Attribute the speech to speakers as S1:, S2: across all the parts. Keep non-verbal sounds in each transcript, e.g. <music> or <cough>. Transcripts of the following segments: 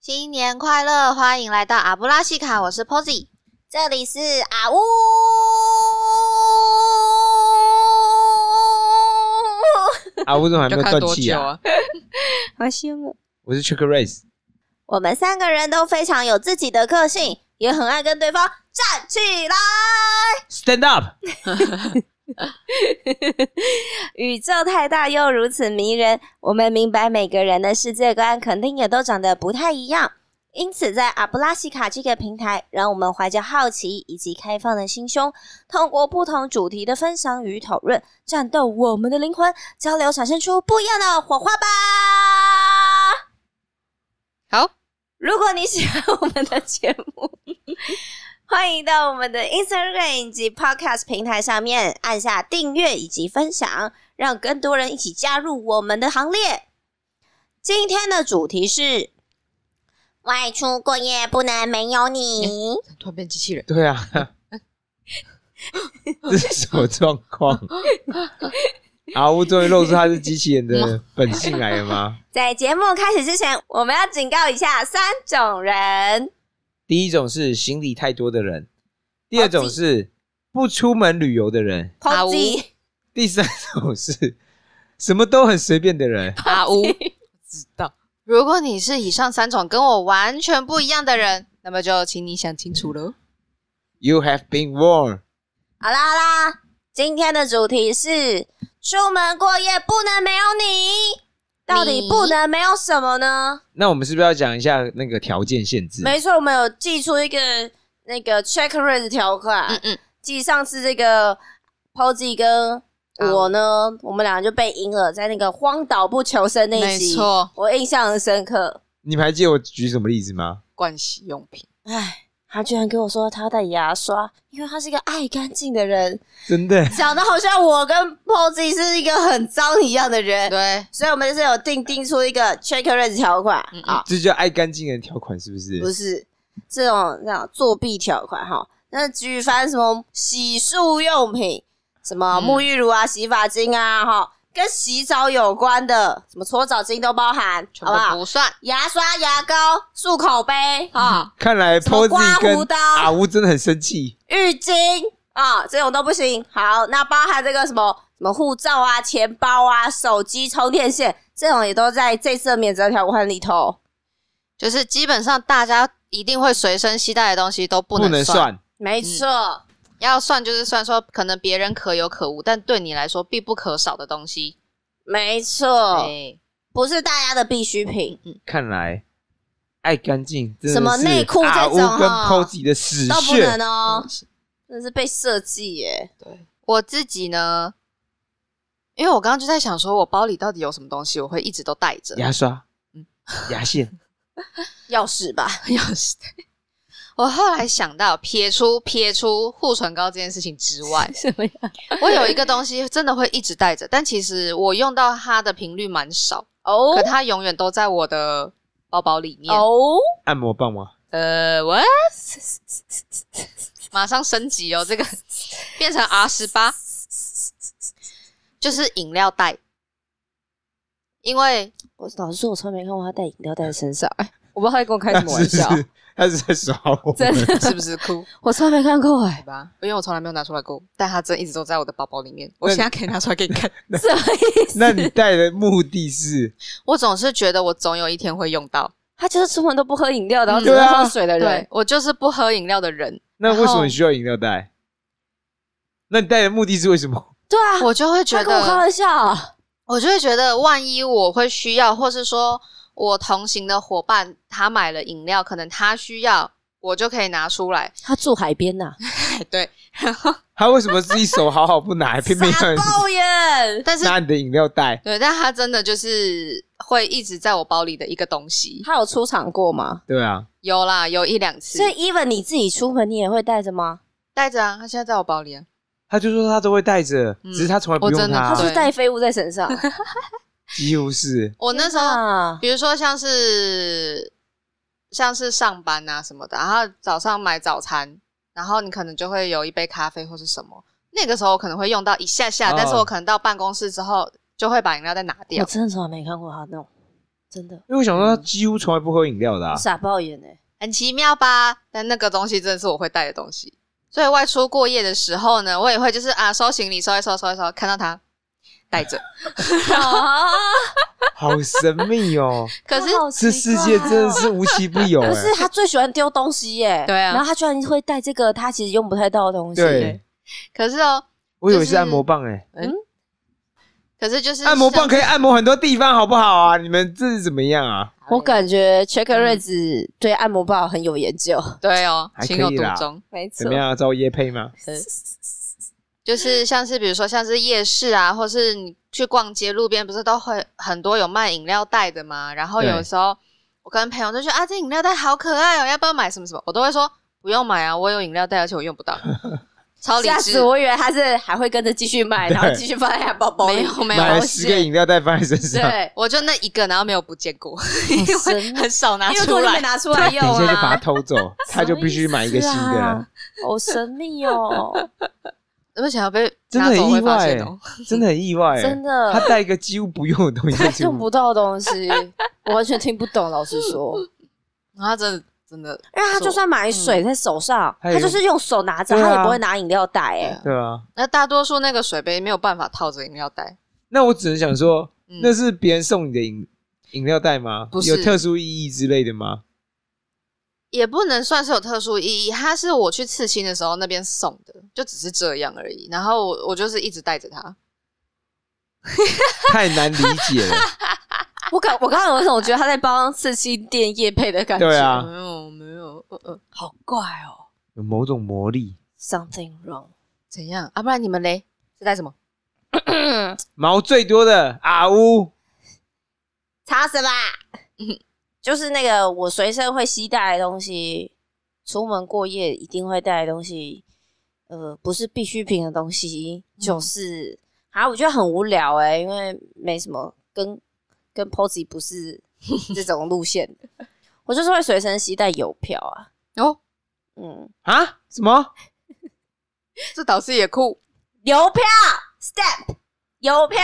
S1: 新年快乐！欢迎来到阿布拉西卡，我是 Posy，
S2: 这里是啊呜，
S3: <laughs> 啊，我怎么还没
S4: 要
S3: 有
S4: 看
S3: 断
S4: 多
S3: 气
S4: 久
S3: 啊？
S4: 啊？ <laughs>
S2: 好香哦！
S3: 我是 Chick Race，
S2: 我们三个人都非常有自己的个性，也很爱跟对方站起来。
S3: Stand up，
S2: <laughs> 宇宙太大又如此迷人，我们明白每个人的世界观肯定也都长得不太一样。因此，在阿布拉西卡这个平台，让我们怀着好奇以及开放的心胸，通过不同主题的分享与讨论，战斗我们的灵魂，交流产生出不一样的火花吧。
S4: 好，
S2: 如果你喜欢我们的节目， <laughs> 欢迎到我们的 Instagram 以及 Podcast 平台上面按下订阅以及分享，让更多人一起加入我们的行列。今天的主题是外出过夜不能没有你。
S4: 突然变机器 <laughs> 人，
S3: 对啊，这是什么状况？ <laughs> 啊，我终于露出他是机器人的本性来了吗？
S2: 在节目开始之前，我们要警告一下三种人。
S3: 第一种是行李太多的人，第二种是不出门旅游的人，
S4: 阿呜
S2: Posy
S3: 第三种是 <laughs> 什么都很随便的人。
S4: 啊呜，知道。
S1: 如果你是以上三种跟我完全不一样的人，
S4: 那么就请你想清楚喽。
S3: You have been warned。
S2: 好啦好啦，今天的主题是出门过夜不能没有你。到底不能没有什么呢？
S3: 那我们是不是要讲一下那个条件限制？
S2: 没错，我们有寄出一个那个 checklist 条款，
S4: 嗯
S1: 啊
S4: 嗯，
S2: 继上次这个 Posy 跟我呢，
S4: 嗯
S2: 我们俩就被赢了，在那个荒岛不求生那一
S4: 没
S2: 集，
S4: 错，
S2: 我印象很深刻。
S3: 你们还记得我举什么例子吗？
S4: 盥洗用品，
S2: 唉，他居然跟我说他要带牙刷，因为他是一个爱干净
S4: <laughs>
S2: 的人，
S3: 真的，
S2: 讲的好像我跟 Posy 是一个很脏一样的人。
S4: 对，
S2: 所以我们就是有定定出一个 checklist 条款啊、
S4: 嗯
S3: 这叫爱干净人条款，是不是？
S2: 不是这种那种作弊条款哈。那举凡什么洗漱用品，什么
S4: 嗯
S2: 沐浴乳啊、洗发精啊，哈，跟洗澡有关的，什么搓澡巾都包含，
S4: 全
S2: 好
S4: 部
S2: 不好？
S4: 不算。嗯
S2: 牙刷、牙膏、漱口杯啊、
S3: 看来
S2: 什么
S3: Posy
S2: 刮胡
S3: 跟
S2: 刀
S3: 阿乌真的很生气。
S2: 浴巾啊、这种都不行。好，那包含这个什么什么护照啊、钱包啊、手机充电线，这种也都在这次的免责条款里头。
S1: 就是基本上大家一定会随身携带的东西都不
S3: 不能
S1: 算，
S3: 算。
S2: 没
S4: 嗯
S2: 错。
S1: 要算就是算说可能别人可有可无，但对你来说必不可少的东西。哦
S2: 没错，
S1: 对，
S2: 不是大家的必需品，
S3: 看来爱干净真的是
S2: 什么内裤
S3: 阿乌
S2: 这种
S3: 跟
S2: 哦
S3: Posy 的死
S2: 都不
S3: 穴
S2: 能。哦
S4: 嗯，是
S2: 真是被设计耶。
S4: 对，
S1: 我自己呢，
S4: 因为我刚刚就在想说，我包里到底有什么东西，我会一直都带着。
S3: 牙刷、牙线，
S2: <laughs> 钥匙吧，
S4: 钥匙，
S1: 我后来想到，撇出撇出护唇膏这件事情之
S2: <laughs>
S1: 外，
S2: 什么呀？
S1: 我有一个东西真的会一直带着，但其实我用到它的频率蛮少，
S2: 哦
S1: 可它永远都在我的包包里面。
S2: 哦，
S3: 按摩棒吗？
S2: <laughs>
S1: 呃，我马上升级
S2: <laughs>
S1: 哦，这个变成 R 十八，就是饮料袋，因
S2: <laughs>
S1: 为
S2: 我老实说，我从来没看过他带饮料带在身上， <laughs> 哎，我不知道他在跟我开什么玩笑
S3: <laughs> 他，是不是他是在耍我。
S2: 真
S3: <laughs>
S2: 的，
S4: 是不是哭？
S2: 我从来没看过
S4: 对
S2: 哎，
S4: 吧？因为我从来没有拿出来过，但它真一直都在我的包包里面。我现在可以拿出来给你看。
S2: 什么意思？
S3: 那你带的目的是？
S1: <laughs> 我总是觉得我总有一天会用到，
S2: 他就是出门都不喝饮料，然后只
S3: 对啊
S2: 喝水的人
S1: 对，我就是不喝饮料的人，
S3: 那为什
S1: 然
S3: 么
S1: 后
S3: 你需要饮料袋？那你带的目的是为什么？
S2: 对啊，
S1: 我就会觉
S2: 他跟我开
S1: 得，
S2: 玩笑，
S1: 我就会觉得，万一我会需要，或是说我同行的伙伴他买了饮料，可能他需要，我就可以拿出来。
S2: 他住海边呐，
S4: 对，
S3: 他为什么自己手好好不
S2: <laughs>
S3: 拿，偏偏要
S2: 傻
S3: 你
S2: 爆眼，
S1: 但是
S3: 拿你的饮料袋？
S1: 对，但它真的就是会一直在我包里的一个东西。
S2: 他有出场过吗？
S3: 对啊，
S1: 有啦，有一两次
S2: 所。以，even 你自己出门，你也会带着吗？
S1: 带着啊，他现在在我包里啊。
S3: 他就说他都会带着，
S4: 嗯
S3: 只是他从来不
S1: 我
S3: 用
S1: 真的
S3: 它
S2: 他，是
S1: 对
S2: 带废物在身上，
S3: 几乎是。
S1: 我那时候，
S2: 啊，
S1: 比如说像是像是上班啊什么的，然后早上买早餐，然后你可能就会有一杯咖啡或是什么。那个时候我可能会用到一下下，
S3: 哦嗯
S1: 但是我可能到办公室之后就会把饮料再拿
S2: 我
S1: 掉。
S2: 真的从来没看过他那种真的
S3: 因为我想说他几乎从来不喝饮料的、啊，
S2: 傻爆眼哎、
S1: <laughs> 很奇妙吧？但那个东西真的是我会带的东西，所以外出过夜的时候呢，我也会就是啊收行李收一收收一收，看到它带着。
S2: 哦，
S3: 好神秘哦！
S1: 可是
S2: 好 <laughs> 奇
S3: 这
S2: 怪哦
S3: 世界真的是无奇不有哎、
S2: 不是他最喜欢丢东西耶、
S1: 对啊
S2: 然后他居然会带这个他其实用不太到的东西，
S3: 对，
S1: 可是哦，
S3: 我以为是按摩棒哎、
S1: 可是就是
S3: 按摩棒可
S1: 以
S3: 以按摩很多地方，好不好啊？你们这是怎么样啊？
S2: 我感觉 Check
S1: 嗯
S2: 瑞子对按摩棒很有研
S1: <laughs>
S2: 究，
S1: 对哦，
S3: 还可以
S1: 情
S3: 啦
S1: 有独钟。
S2: 没
S3: 怎么样、啊？找我叶配吗？嗯
S1: 就是像是比如说像是夜市啊，或是你去逛街，路边不是都会很多有卖饮料袋的嘛？然后
S3: 对
S1: 有时候我跟朋友就说啊，这饮料袋好可爱哦，要不要买什么什么？我都会说不用买啊，我有饮料袋，而且我用不
S3: <laughs>
S1: 到，超理
S2: 吓
S1: 智
S2: 死。我！以为他是还会跟着继续买，
S3: 对
S2: 然后继续放在他包包里，
S1: 没有没有
S3: 买
S2: 好
S3: 了十个饮料袋放在身上， <laughs>
S2: 对，
S1: 我就那一个，然后没有不见
S3: 哦
S1: 过，因
S2: 好神
S1: 为
S3: 啊
S1: 很少拿
S2: 因为
S1: 出
S2: 根本就
S1: 来
S2: 没。拿出来
S3: 等
S2: 用
S3: 一下就把它
S2: 啊，
S3: 偷走，
S2: <laughs>
S3: 他就必须买一个新的了。
S2: 好神秘
S3: <laughs>
S2: 哦，
S1: 而且要被
S3: 真
S1: 拿
S3: 的
S1: 走
S3: 很
S1: 会
S3: 意外
S1: 发现
S3: 欸、
S1: 哦。
S3: 真的很意外欸、
S2: 真的
S3: 他带一个几乎不用的东西
S2: 他 <laughs>
S3: 在出
S2: 用
S3: 门，
S2: 不到的东西，我完全听不懂。老实说，
S1: 然后他真的真的，
S2: 因为他就算买水在手嗯上，
S3: 他也
S2: 他就是用手拿着，
S3: 对
S2: 他
S3: 啊
S2: 也不会拿饮料袋。哎，
S3: 对啊。
S1: 那大多数那个水杯没有办法套着饮料袋，
S3: 那我只能想说，
S1: 嗯
S3: 那是别人送你的饮饮料袋吗？
S1: 不是
S3: 有特殊意义之类的吗？
S1: 也不能算是有特殊意义。它是我去刺青的时候那边送的，就只是这样而已。然后我我就是一直带着它，
S3: 太难理解了。
S2: 我刚我刚刚有一种觉得他在帮刺青店夜配的感觉。
S3: 对啊，
S1: 没有没有，呃呃，
S2: 好怪哦
S3: 有某种魔力。
S2: ，something <laughs> wrong。
S1: 怎样啊？不然你们嘞是带什么？
S3: 毛最多的啊阿乌，
S2: 吵死啦！ <laughs> 就是那个我随身会携带的东西，出门过夜一定会带的东西，呃，不是必需品的东西，就是、啊，我觉得很无聊哎、因为没什么跟跟 Posy 不是这种路线的， <laughs> 我就是会随身携带邮票啊，
S1: 哦，
S2: 嗯，
S3: 啊？什么？
S2: <laughs>
S1: 这导师也酷，
S2: 邮票 stamp 邮票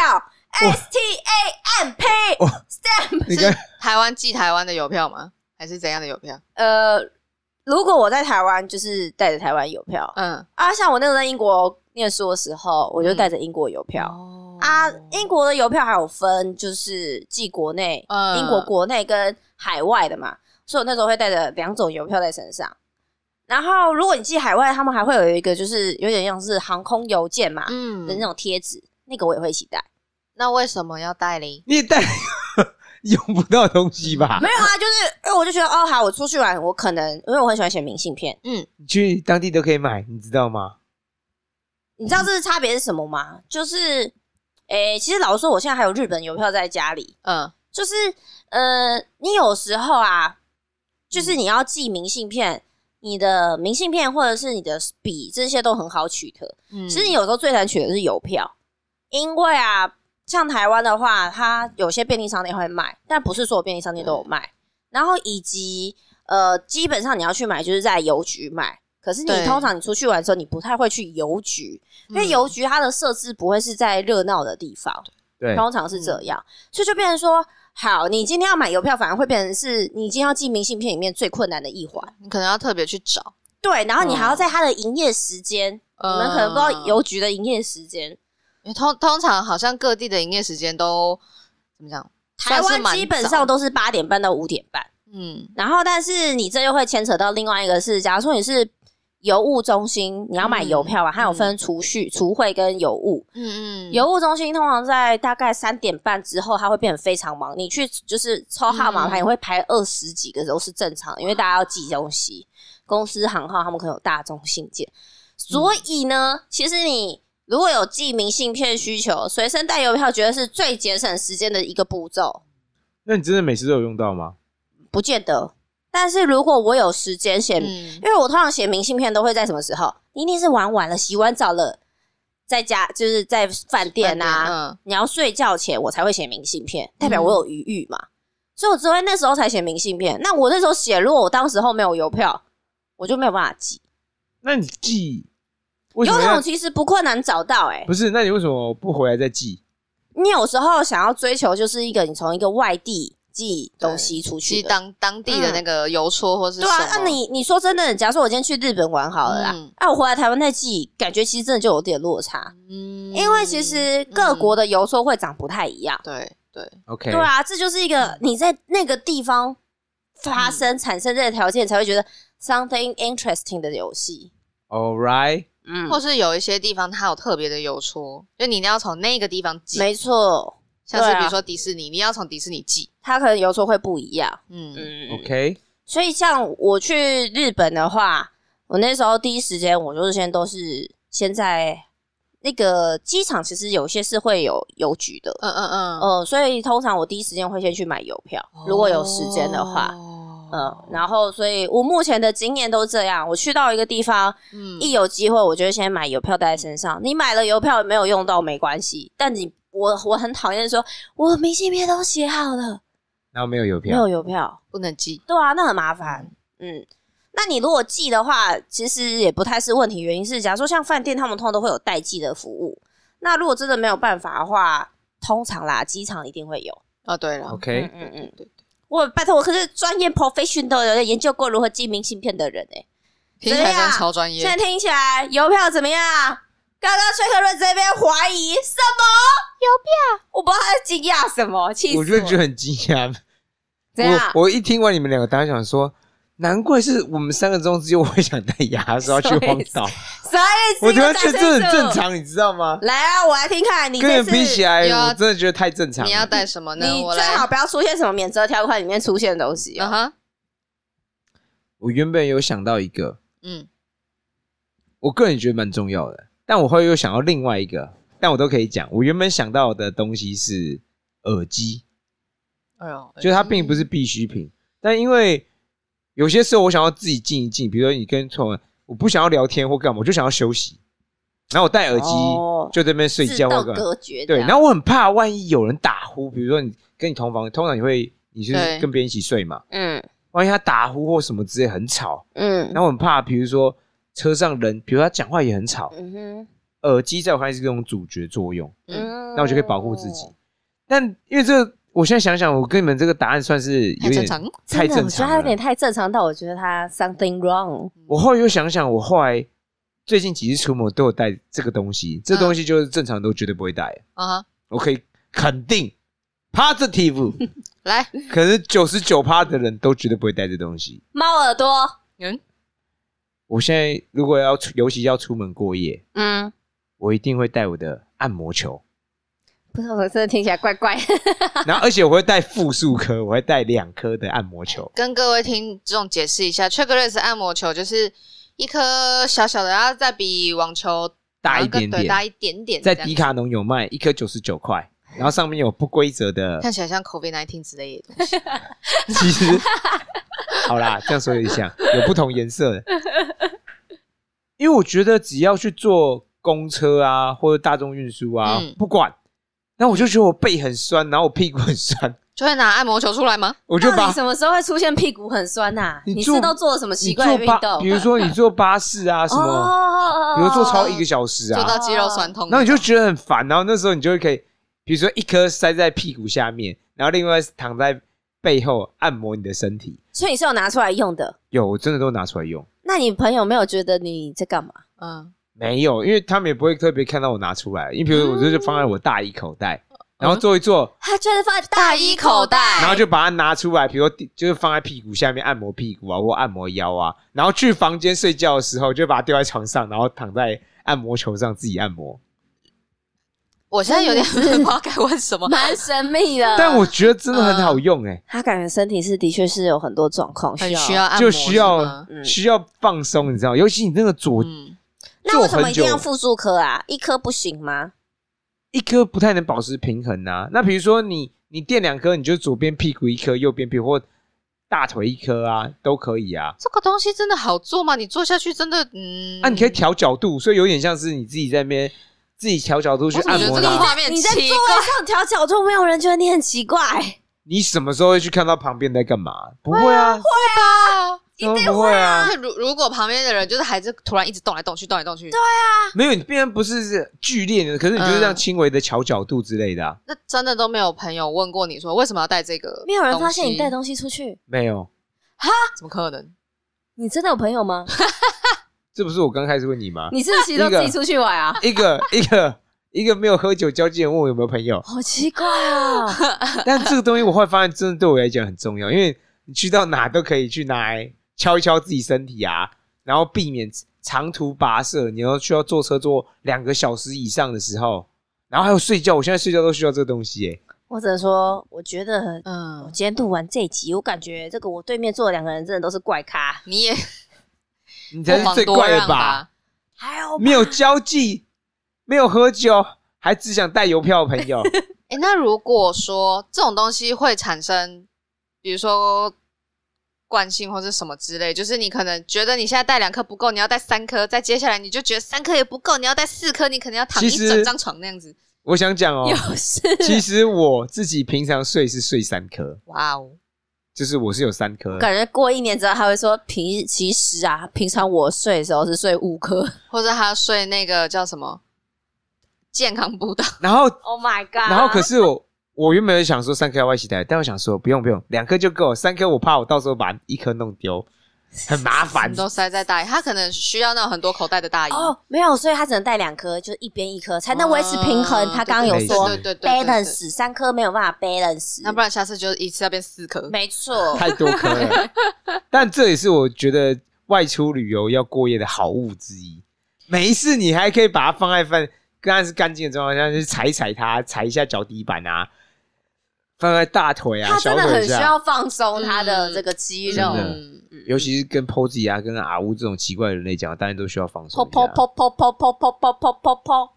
S2: S T A M P
S3: 哇
S2: stamp
S3: 你看，
S1: 台湾寄台湾的邮票吗？还是怎样的邮票？
S2: 呃，如果我在台湾，就是带着台湾邮票
S1: 嗯，
S2: 啊。像我那时候在英国念书的时候，我就带着英国邮票、
S1: 哦
S2: 啊。英国的邮票还有分，就是寄国内、
S1: 嗯
S2: 英国国内跟海外的嘛，所以我那时候会带着两种邮票在身上。然后，如果你寄海外，他们还会有一个，就是有点像是航空邮件嘛、的那
S1: 嗯，
S2: 种贴纸，那个我也会一起带。
S1: 那为什么要带嘞？
S3: 你也带 <laughs> 用不到的东西吧
S2: 没？有啊，就是因为我就觉得哦，好，我出去玩，我可能因为我很喜欢写明信片，
S3: 你去当地都可以买，你知道吗？
S2: 你知道这是差别是什么吗？就是，诶、其实老实说，我现在还有日本邮票在家里。
S1: 嗯
S2: 就是，呃，你有时候啊，
S1: 嗯
S2: 就是你要寄明信片，你的明信片或者是你的笔，这些都很好取得。
S1: 嗯，
S2: 其实你有时候最难取的是邮票，因为啊，像台湾的话，它有些便利商店会卖，但不是所有便利商店
S1: 嗯
S2: 都有卖。然后以及呃，基本上你要去买就是在邮局买，可是你
S1: 对
S2: 通常你出去玩的时候，你不太会去邮局，因为
S1: 嗯
S2: 邮局它的设置不会是在热闹的地方，
S3: 对，
S2: 通常是这样，所以就变成说。好，你今天要买邮票，反而会变成是你今天要寄明信片里面最困难的一环。
S1: 你可能要特别去找，
S2: 对，然后你还要
S1: 嗯
S2: 在它的营业时间，
S1: 嗯
S2: 你们可能不知道邮局的营业时间，
S1: 因为通通常好像各地的营业时间都怎么讲？
S2: 台
S1: 算是
S2: 湾
S1: 蛮
S2: 基本
S1: 早
S2: 上都是八点半到五点半，
S1: 嗯
S2: 然后但是你这又会牵扯到另外一个是，假如说你是邮务中心，你要
S1: 嗯
S2: 买邮票啊，它有分储蓄、储汇跟邮务。
S1: 嗯嗯，
S2: 邮务中心通常在大概三点半之后，它会变得非常忙。你去就是抽号
S1: 嗯
S2: 码牌，你会排二十几个都是正常的，因为大家要寄东西，公司行号他们可能有大宗信件，所
S1: 嗯
S2: 以呢，其实你如果有寄明信片需求，随身带邮票，觉得是最节省时间的一个步骤。
S3: 那你真的每次都有用到吗？
S2: 不见得。但是如果我有时间写，
S1: 嗯
S2: 因为我通常写明信片都会在什么时候？一定是玩完了、洗完澡了，在家就是在饭店啊，
S1: 嗯
S2: 你要睡觉前我才会写明信片，代表我有余裕嘛。所以我只会那时候才写明信片。那我那时候写，如果我当时候没有邮票，我就没有办法寄。
S3: 那你寄为什
S2: 邮
S3: 么
S2: 筒
S3: 要？
S2: 其实不困难找到、欸，
S3: 不是，那你为什么不回来再寄？
S2: 你有时候想要追求就是一个你从一个外地寄东西出去
S1: 其实
S2: 的。
S1: 当当地的那个邮戳或是
S2: 嗯对啊，那、
S1: 什么
S2: 你你说真的，假如说我今天去日本玩好了啦，
S1: 嗯
S2: 啊，我回来台湾再寄，感觉其实真的就有点落差，
S1: 嗯
S2: 因为其实各国的邮戳会长不太一样。
S1: 对对
S3: OK，
S2: 对啊，这就是一个你在那个地方发生、产生这个条件，才会觉得 something interesting 的游戏。
S3: ，All right，
S2: 嗯
S1: 或是有一些地方它有特别的邮戳，就你一定要从那个地方寄，
S2: 没错，
S1: 像是
S2: 对啊
S1: 比如说迪士尼，你要从迪士尼寄，
S2: 它可能邮戳会不一样。
S1: 嗯，
S2: 嗯
S3: OK，
S2: 所以像我去日本的话，我那时候第一时间我就是先都是先在那个机场，其实有些是会有邮局的。
S1: 嗯嗯嗯，
S2: 呃，所以通常我第一时间会先去买邮票，
S1: 哦
S2: 如果有时间的话，嗯，然后所以我目前的经验都这样，我去到一个地方，
S1: 嗯
S2: 一有机会，我就会先买邮票带在身上。你买了邮票没有用到没关系，但你我我很讨厌说，我明信片都写好了，
S3: 然后没有邮
S2: 没
S3: 票
S1: 啊
S2: 有邮票，
S1: 不能寄，
S2: 对啊，那很麻烦。嗯，那你如果寄的话，其实也不太是问题，原因是假如说像饭店，他们通常都会有代寄的服务。那如果真的没有办法的话，通常啦，机场一定会有。
S1: 哦对了，
S2: 嗯
S3: ，OK，
S2: 嗯嗯
S1: 对，
S2: 我拜托，我可是专业 professional 有研究过如何寄明信片的人哎、
S1: 听起来真的超专业
S2: 现在，听起来邮票怎么样？刚刚崔克瑞这边怀疑什么邮票？我不知道他在惊讶什么，气死
S3: 我就觉得很惊讶。
S2: 怎样？
S3: 我我一听完你们两个，当时想说，难怪是我们三个中只有我会想带牙刷去荒岛，
S2: 所以
S3: <laughs> 我突然觉得这很正。常，你知道吗？
S2: 来啊，我来听看你
S3: 跟
S2: 这
S3: 人
S2: 次，
S3: 比起来，
S1: 有啊
S3: 我真的觉得太正常
S1: 你要
S3: 了。
S1: 带什么呢？
S2: 你
S1: 我
S2: 最
S1: 来，
S2: 好不要出现什么免责条款里面出现的东西、
S1: 嗯
S2: 哦。
S1: 哼，
S3: 我原本有想到一个，
S1: 嗯，
S3: 我个人觉得蛮重要的，但我后来又想到另外一个，但我都可以讲。我原本想到的东西是耳机，
S1: 哎呦，
S3: 就是它并不是必需品，但因为有些时候我想要自己静一静，比如说你跟朋友，我不想要聊天或干嘛，我就想要休息，然后我戴耳机、
S2: 哦
S3: 就在那边睡
S2: 自
S3: 觉或
S2: 动
S3: 干嘛。
S2: 隔啊绝这
S3: 对，
S2: 样。
S3: 然后我很怕万一有人打呼，比如说你跟你同房，通常你会你是
S1: 对
S3: 跟别人一起睡嘛，
S2: 嗯
S3: 万一他打呼或什么之类很吵，
S2: 嗯
S3: 然后我很怕，比如说车上人，比如他讲话也很吵。
S2: 嗯哼
S3: 耳机在我看来是这种主角作用，
S2: 嗯，
S3: 那我就可以保护自己。但因为这个，我现在想想，我跟你们这个答案算是有
S1: 太正
S3: 点
S1: 常，
S3: 太
S2: 真的，我觉
S3: 正
S2: 得
S3: 常
S2: 他有点
S3: 了。
S2: 太正常到我觉得他 something wrong。
S3: 我后来又想想，我后来最近几次出门我都有带这个东
S2: 嗯
S3: 西，这东西就是正常都绝对不会带，
S1: 嗯哼，
S3: 我可以肯定 positive，
S2: <laughs>
S1: 来，
S3: 可能九十九趴的人都绝对不会带这东西。
S2: 猫耳朵，
S1: 嗯，
S3: 我现在如果要出，尤其要出门过夜，
S2: 嗯，
S3: 我一定会带我的按摩球，
S2: 不是，我真的听起来怪怪。
S3: 然后而且我会带复数颗，我会带两颗的按摩球。
S1: 跟各位听众解释一下 c h e c k l e s s 按摩球就是一颗小小的，然后再比网球
S3: 大一
S1: 然后
S3: 点
S1: 更对，
S3: 点，
S1: 大一点点这
S3: 在
S1: 样子，
S3: 迪卡侬有卖，一颗九十九块，然后上面有不规则
S1: <laughs>
S3: 的，
S1: 看起来像 COVID 1 9之类的东西，
S3: 其实好啦，这样说一下，有不同颜色的。因为我觉得只要去坐公车啊，或者大众运输啊，
S1: 嗯
S3: 不管，那我就觉得我背很酸，然后我屁股很酸，
S1: 就会拿按摩球出来吗？
S3: 我就
S2: 到底
S3: 把
S2: 什么时候会出现屁股很酸呐、
S3: 你
S2: 你
S3: 坐
S2: 是都做了什么奇
S3: 你
S2: 怪
S3: 坐
S2: 的运
S3: 巴，
S2: 动？
S3: 比如说你坐巴士啊什么，
S2: 哦
S3: 比如坐超一个小时
S1: 做
S3: 啊，
S1: 到肌肉酸痛，
S3: 然后你就觉得很烦，然后那时候你就会可以，比如说一颗塞在屁股下面，然后另外躺在背后按摩你的身体。
S2: 所以你是有拿出来用的。
S3: 有，我真的都拿出来用。
S2: 那你朋友没有觉得你在干嘛？
S1: 嗯，
S3: 没有，因为他们也不会特别看到我拿出来，因为比如我就是放在我大衣口袋，
S1: 嗯
S3: 然后做一做，
S2: 他觉得放在大衣口袋，
S1: 大衣口袋
S3: 然后就把它拿出来，比如说就是放在屁股下面按摩屁股啊，或按摩腰啊，然后去房间睡觉的时候就把它丢在床上，然后躺在按摩球上自己按摩。
S1: 我现在有点 <laughs> 不知道该问什么，
S2: 蛮神秘
S1: 嗯
S2: 的。
S3: 但我觉得真的很好用哎、
S2: 他感觉身体是的确是有很多状况
S1: 很
S2: 要。
S1: 需要按
S3: 就
S1: 摩，
S3: 需
S1: 是
S3: 要
S1: 吗
S2: 嗯
S3: 需要放松，你知道，尤其你那个左
S1: 嗯，
S2: 那为什
S3: 坐
S2: 么
S3: 很
S2: 一定要
S3: 久
S2: 复数颗啊？一颗不行吗？
S3: 一颗不太能保持平衡啊。那比如说你你垫两颗，你就左边屁股一颗，右边屁股或大腿一颗啊，都可以啊。
S1: 这个东西真的好做吗？你做下去真的，嗯，
S3: 啊，你可以调角度，所以有点像是你自己在那边自己调角度去
S1: 我怎么
S3: 按
S1: 觉得
S3: 摩
S1: 这个
S3: 它。
S1: 画面
S2: 你在座位
S1: 奇
S2: 上调角度，没有人觉得你很奇怪。
S3: 你什么时候会去看到旁边在干嘛？不会啊，
S1: 怪吧？
S2: 一定会啊
S1: 而！且如如果旁边的人就是还是突然一直动来动去，动来动去，对，
S3: 没有，你变然不是是剧烈的，可是你就是这样
S1: 嗯
S3: 轻微的瞧角度之类的、啊，
S1: 那真的都没有朋友问过你说为什么要带这个？
S2: 没有人发现你带，东西出去，
S3: 没有。
S1: 怎么可能？
S2: 你真的有朋友
S3: <laughs>
S2: 吗？
S3: 这不是我刚开始问你吗？
S2: 你是不是其实都自己出去玩啊？
S3: 一个一个一个没有喝酒交际的人问我有没有朋友，
S2: 好奇怪啊！ <laughs>
S3: <laughs> 但这个东西我会发现真的对我来讲很重要，因为你去到哪都可以去拿来敲一敲自己身体啊，然后避免长途跋涉，你要需要坐车坐两个小时以上的时候，然后还有睡觉，我现在睡觉都需要这个东西、欸，
S2: 我只能说，我觉得我
S1: 嗯，
S2: 今天录完这一集，我感觉这个我对面坐的两个人真的都是怪咖，
S1: 你也
S3: 你才
S1: 不
S3: 是
S1: 遑
S3: 最
S1: 多
S3: 怪的
S1: 让吧？
S2: 还有
S3: 没有交际，没有喝酒，还只想带邮票的朋友，
S1: 哎、那如果说这种东西会产生，比如说惯性或是什么之类，就是你可能觉得你现在带两颗不够，你要带三颗，再接下来你就觉得三颗也不够，你要带四颗，你可能要躺一
S3: 其实
S1: 整张床那样子。
S3: 我想讲哦、
S2: 有事，
S3: 其实我自己平常睡是睡三颗，
S1: 哇哦，
S3: 就是我是有三颗，
S2: 感觉过一年之后他会说，平其实啊，平常我睡的时候是睡五颗。
S1: 或者他睡那个叫什么健康步道，
S3: 然后
S2: Oh my god！
S3: 然后可是我我原本想说三颗要不要一起带，但我想说不用不用，两颗就够，三颗我怕我到时候把一颗弄
S2: <laughs>
S3: 丢，很麻 <laughs> 烦
S1: 你。都塞在大衣，他可能需要那种很多口袋的大衣。
S2: 哦，没有，所以他只能带两颗，就是一边一颗，才能维持平衡。
S1: 啊
S2: 他刚刚有
S3: 对
S2: 说
S1: 对对对对对对
S2: balance，三颗没有办法 balance，
S1: 那不然下次就一次要变四颗。
S2: 没错。
S3: 太多颗了。
S2: <laughs>
S3: 但这也是我觉得外出旅游要过夜的好物之一。没事，你还可以把它放在饭，刚然是干净的状况下，就是踩一踩它，踩一下脚底板啊，放在大腿啊、
S2: 他
S3: 小
S2: 真的
S3: 腿
S2: 很需
S3: 下，
S2: 要放松他的这个肌肉，
S3: 真的
S1: 嗯，
S3: 尤其是跟 Posy 啊、跟阿乌这种奇怪的人类讲，当然都需要放松
S2: 噗
S3: 一下。
S2: 噗噗噗噗噗噗噗噗噗噗。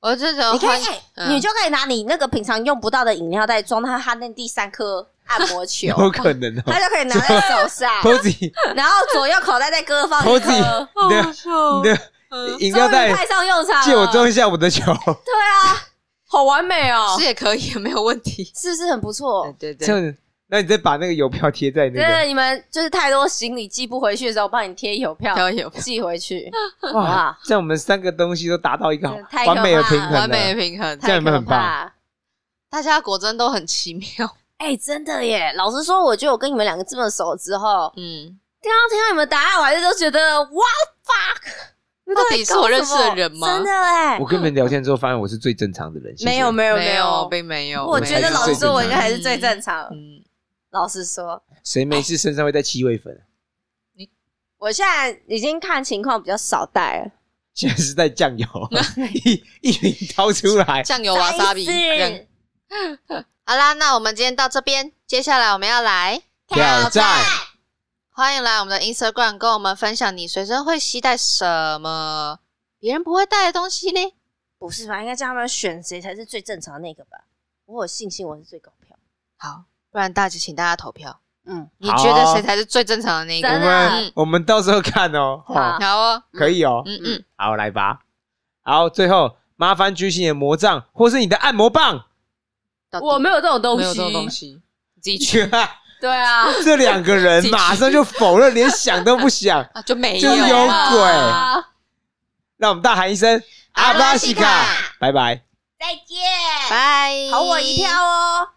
S1: 我就觉得
S2: 你可
S1: 欢
S2: 以，哎
S1: 嗯
S2: 你就可以拿你那个平常用不到的饮料袋装他他那第三颗按摩球，
S3: <laughs> 有可能哦、，
S2: <laughs> 他就可以拿在手上
S3: Posy <laughs>
S2: 然后左右口袋再各放一颗，
S3: Posy，你的
S1: 笑
S2: 哦
S3: 你的 <laughs>
S1: 嗯
S3: 饮料
S2: 终
S3: 袋
S2: 于派上用场了，
S3: 借我装一下我的球，
S2: 对啊，好完美哦
S1: 是，也可以， <laughs> 没有问题。
S2: 是不是很不错？
S1: 对对
S3: <laughs> 这样子，那你再把那个邮票贴在那
S2: 真的，
S3: 个
S2: 你们就是太多行李寄不回去的时候，我帮你贴邮票
S1: 都有
S2: 寄回去，
S3: 哇
S2: 哇，
S3: 这样我们三个东西都达到一个好
S2: 真的太可
S3: 完美的平
S2: 怕
S3: 衡
S2: 了
S3: 了，
S1: 完美的平衡，
S3: 这样有没有很棒
S2: 太可怕？
S1: 大家果真都很奇妙。
S2: 哎、真的耶！老实说，我觉得我跟你们两个这么熟之后，
S1: 嗯，
S2: 刚刚听到你们答案，我还是都觉得哇 fuck，
S1: 到底是我认识的人吗？
S2: 真的哎
S3: 我，跟你们聊天之后，发现我是最正常的人。谢谢
S2: 没有没有
S1: 没
S2: 有，
S1: 并没有。
S2: 我觉得
S1: 没有
S2: 老实说，我应该还是最正。
S1: 还
S2: 常。
S1: 是嗯，
S2: 老实说，
S3: 谁没事身上会带七味粉， <laughs>
S2: 我现在已经看情况比较少带了。
S3: 现在是带酱油， <laughs> 一一瓶掏出来。
S1: <laughs> 酱油瓦萨比。
S2: 再
S1: 这
S2: 一
S1: 样
S2: 次
S1: 好啦，那我们今天到这边，接下来我们要来
S3: 挑战。
S1: 欢迎来我们的 Instagram，跟我们分享你随身会携带什么别人不会带的东西呢？
S2: 不是吧？应该叫他们选谁才是最正常的那个吧？我有信心我是最高票。
S1: 好，不然大家请大家投票，
S2: 嗯，
S1: 你觉得
S3: 哦
S1: 谁才是最正常的那一个？
S2: 真
S3: 我
S2: 的
S3: 们我们到时候看哦，
S2: 好
S3: 哦
S1: 好哦，
S3: 可以哦。
S1: 嗯嗯，
S3: 好，来吧。好，最后麻烦举起你的魔杖，或是你的按摩棒。
S1: 到底
S2: 我没有这种东西，
S1: 没有这种东西，你自己去
S3: <laughs> 去啊！
S2: 对啊，
S3: 这两个人马上就否认，连想都不想。
S1: 啊，就没
S3: 就
S1: 有
S3: 是有
S1: 啊
S3: 鬼让我们大喊一声“阿
S1: 阿
S3: 布拉
S1: 拉
S3: 西
S1: 西
S3: 卡
S1: 卡”，
S3: 拜拜。
S2: 再见，
S1: 拜，
S2: 投我一票哦。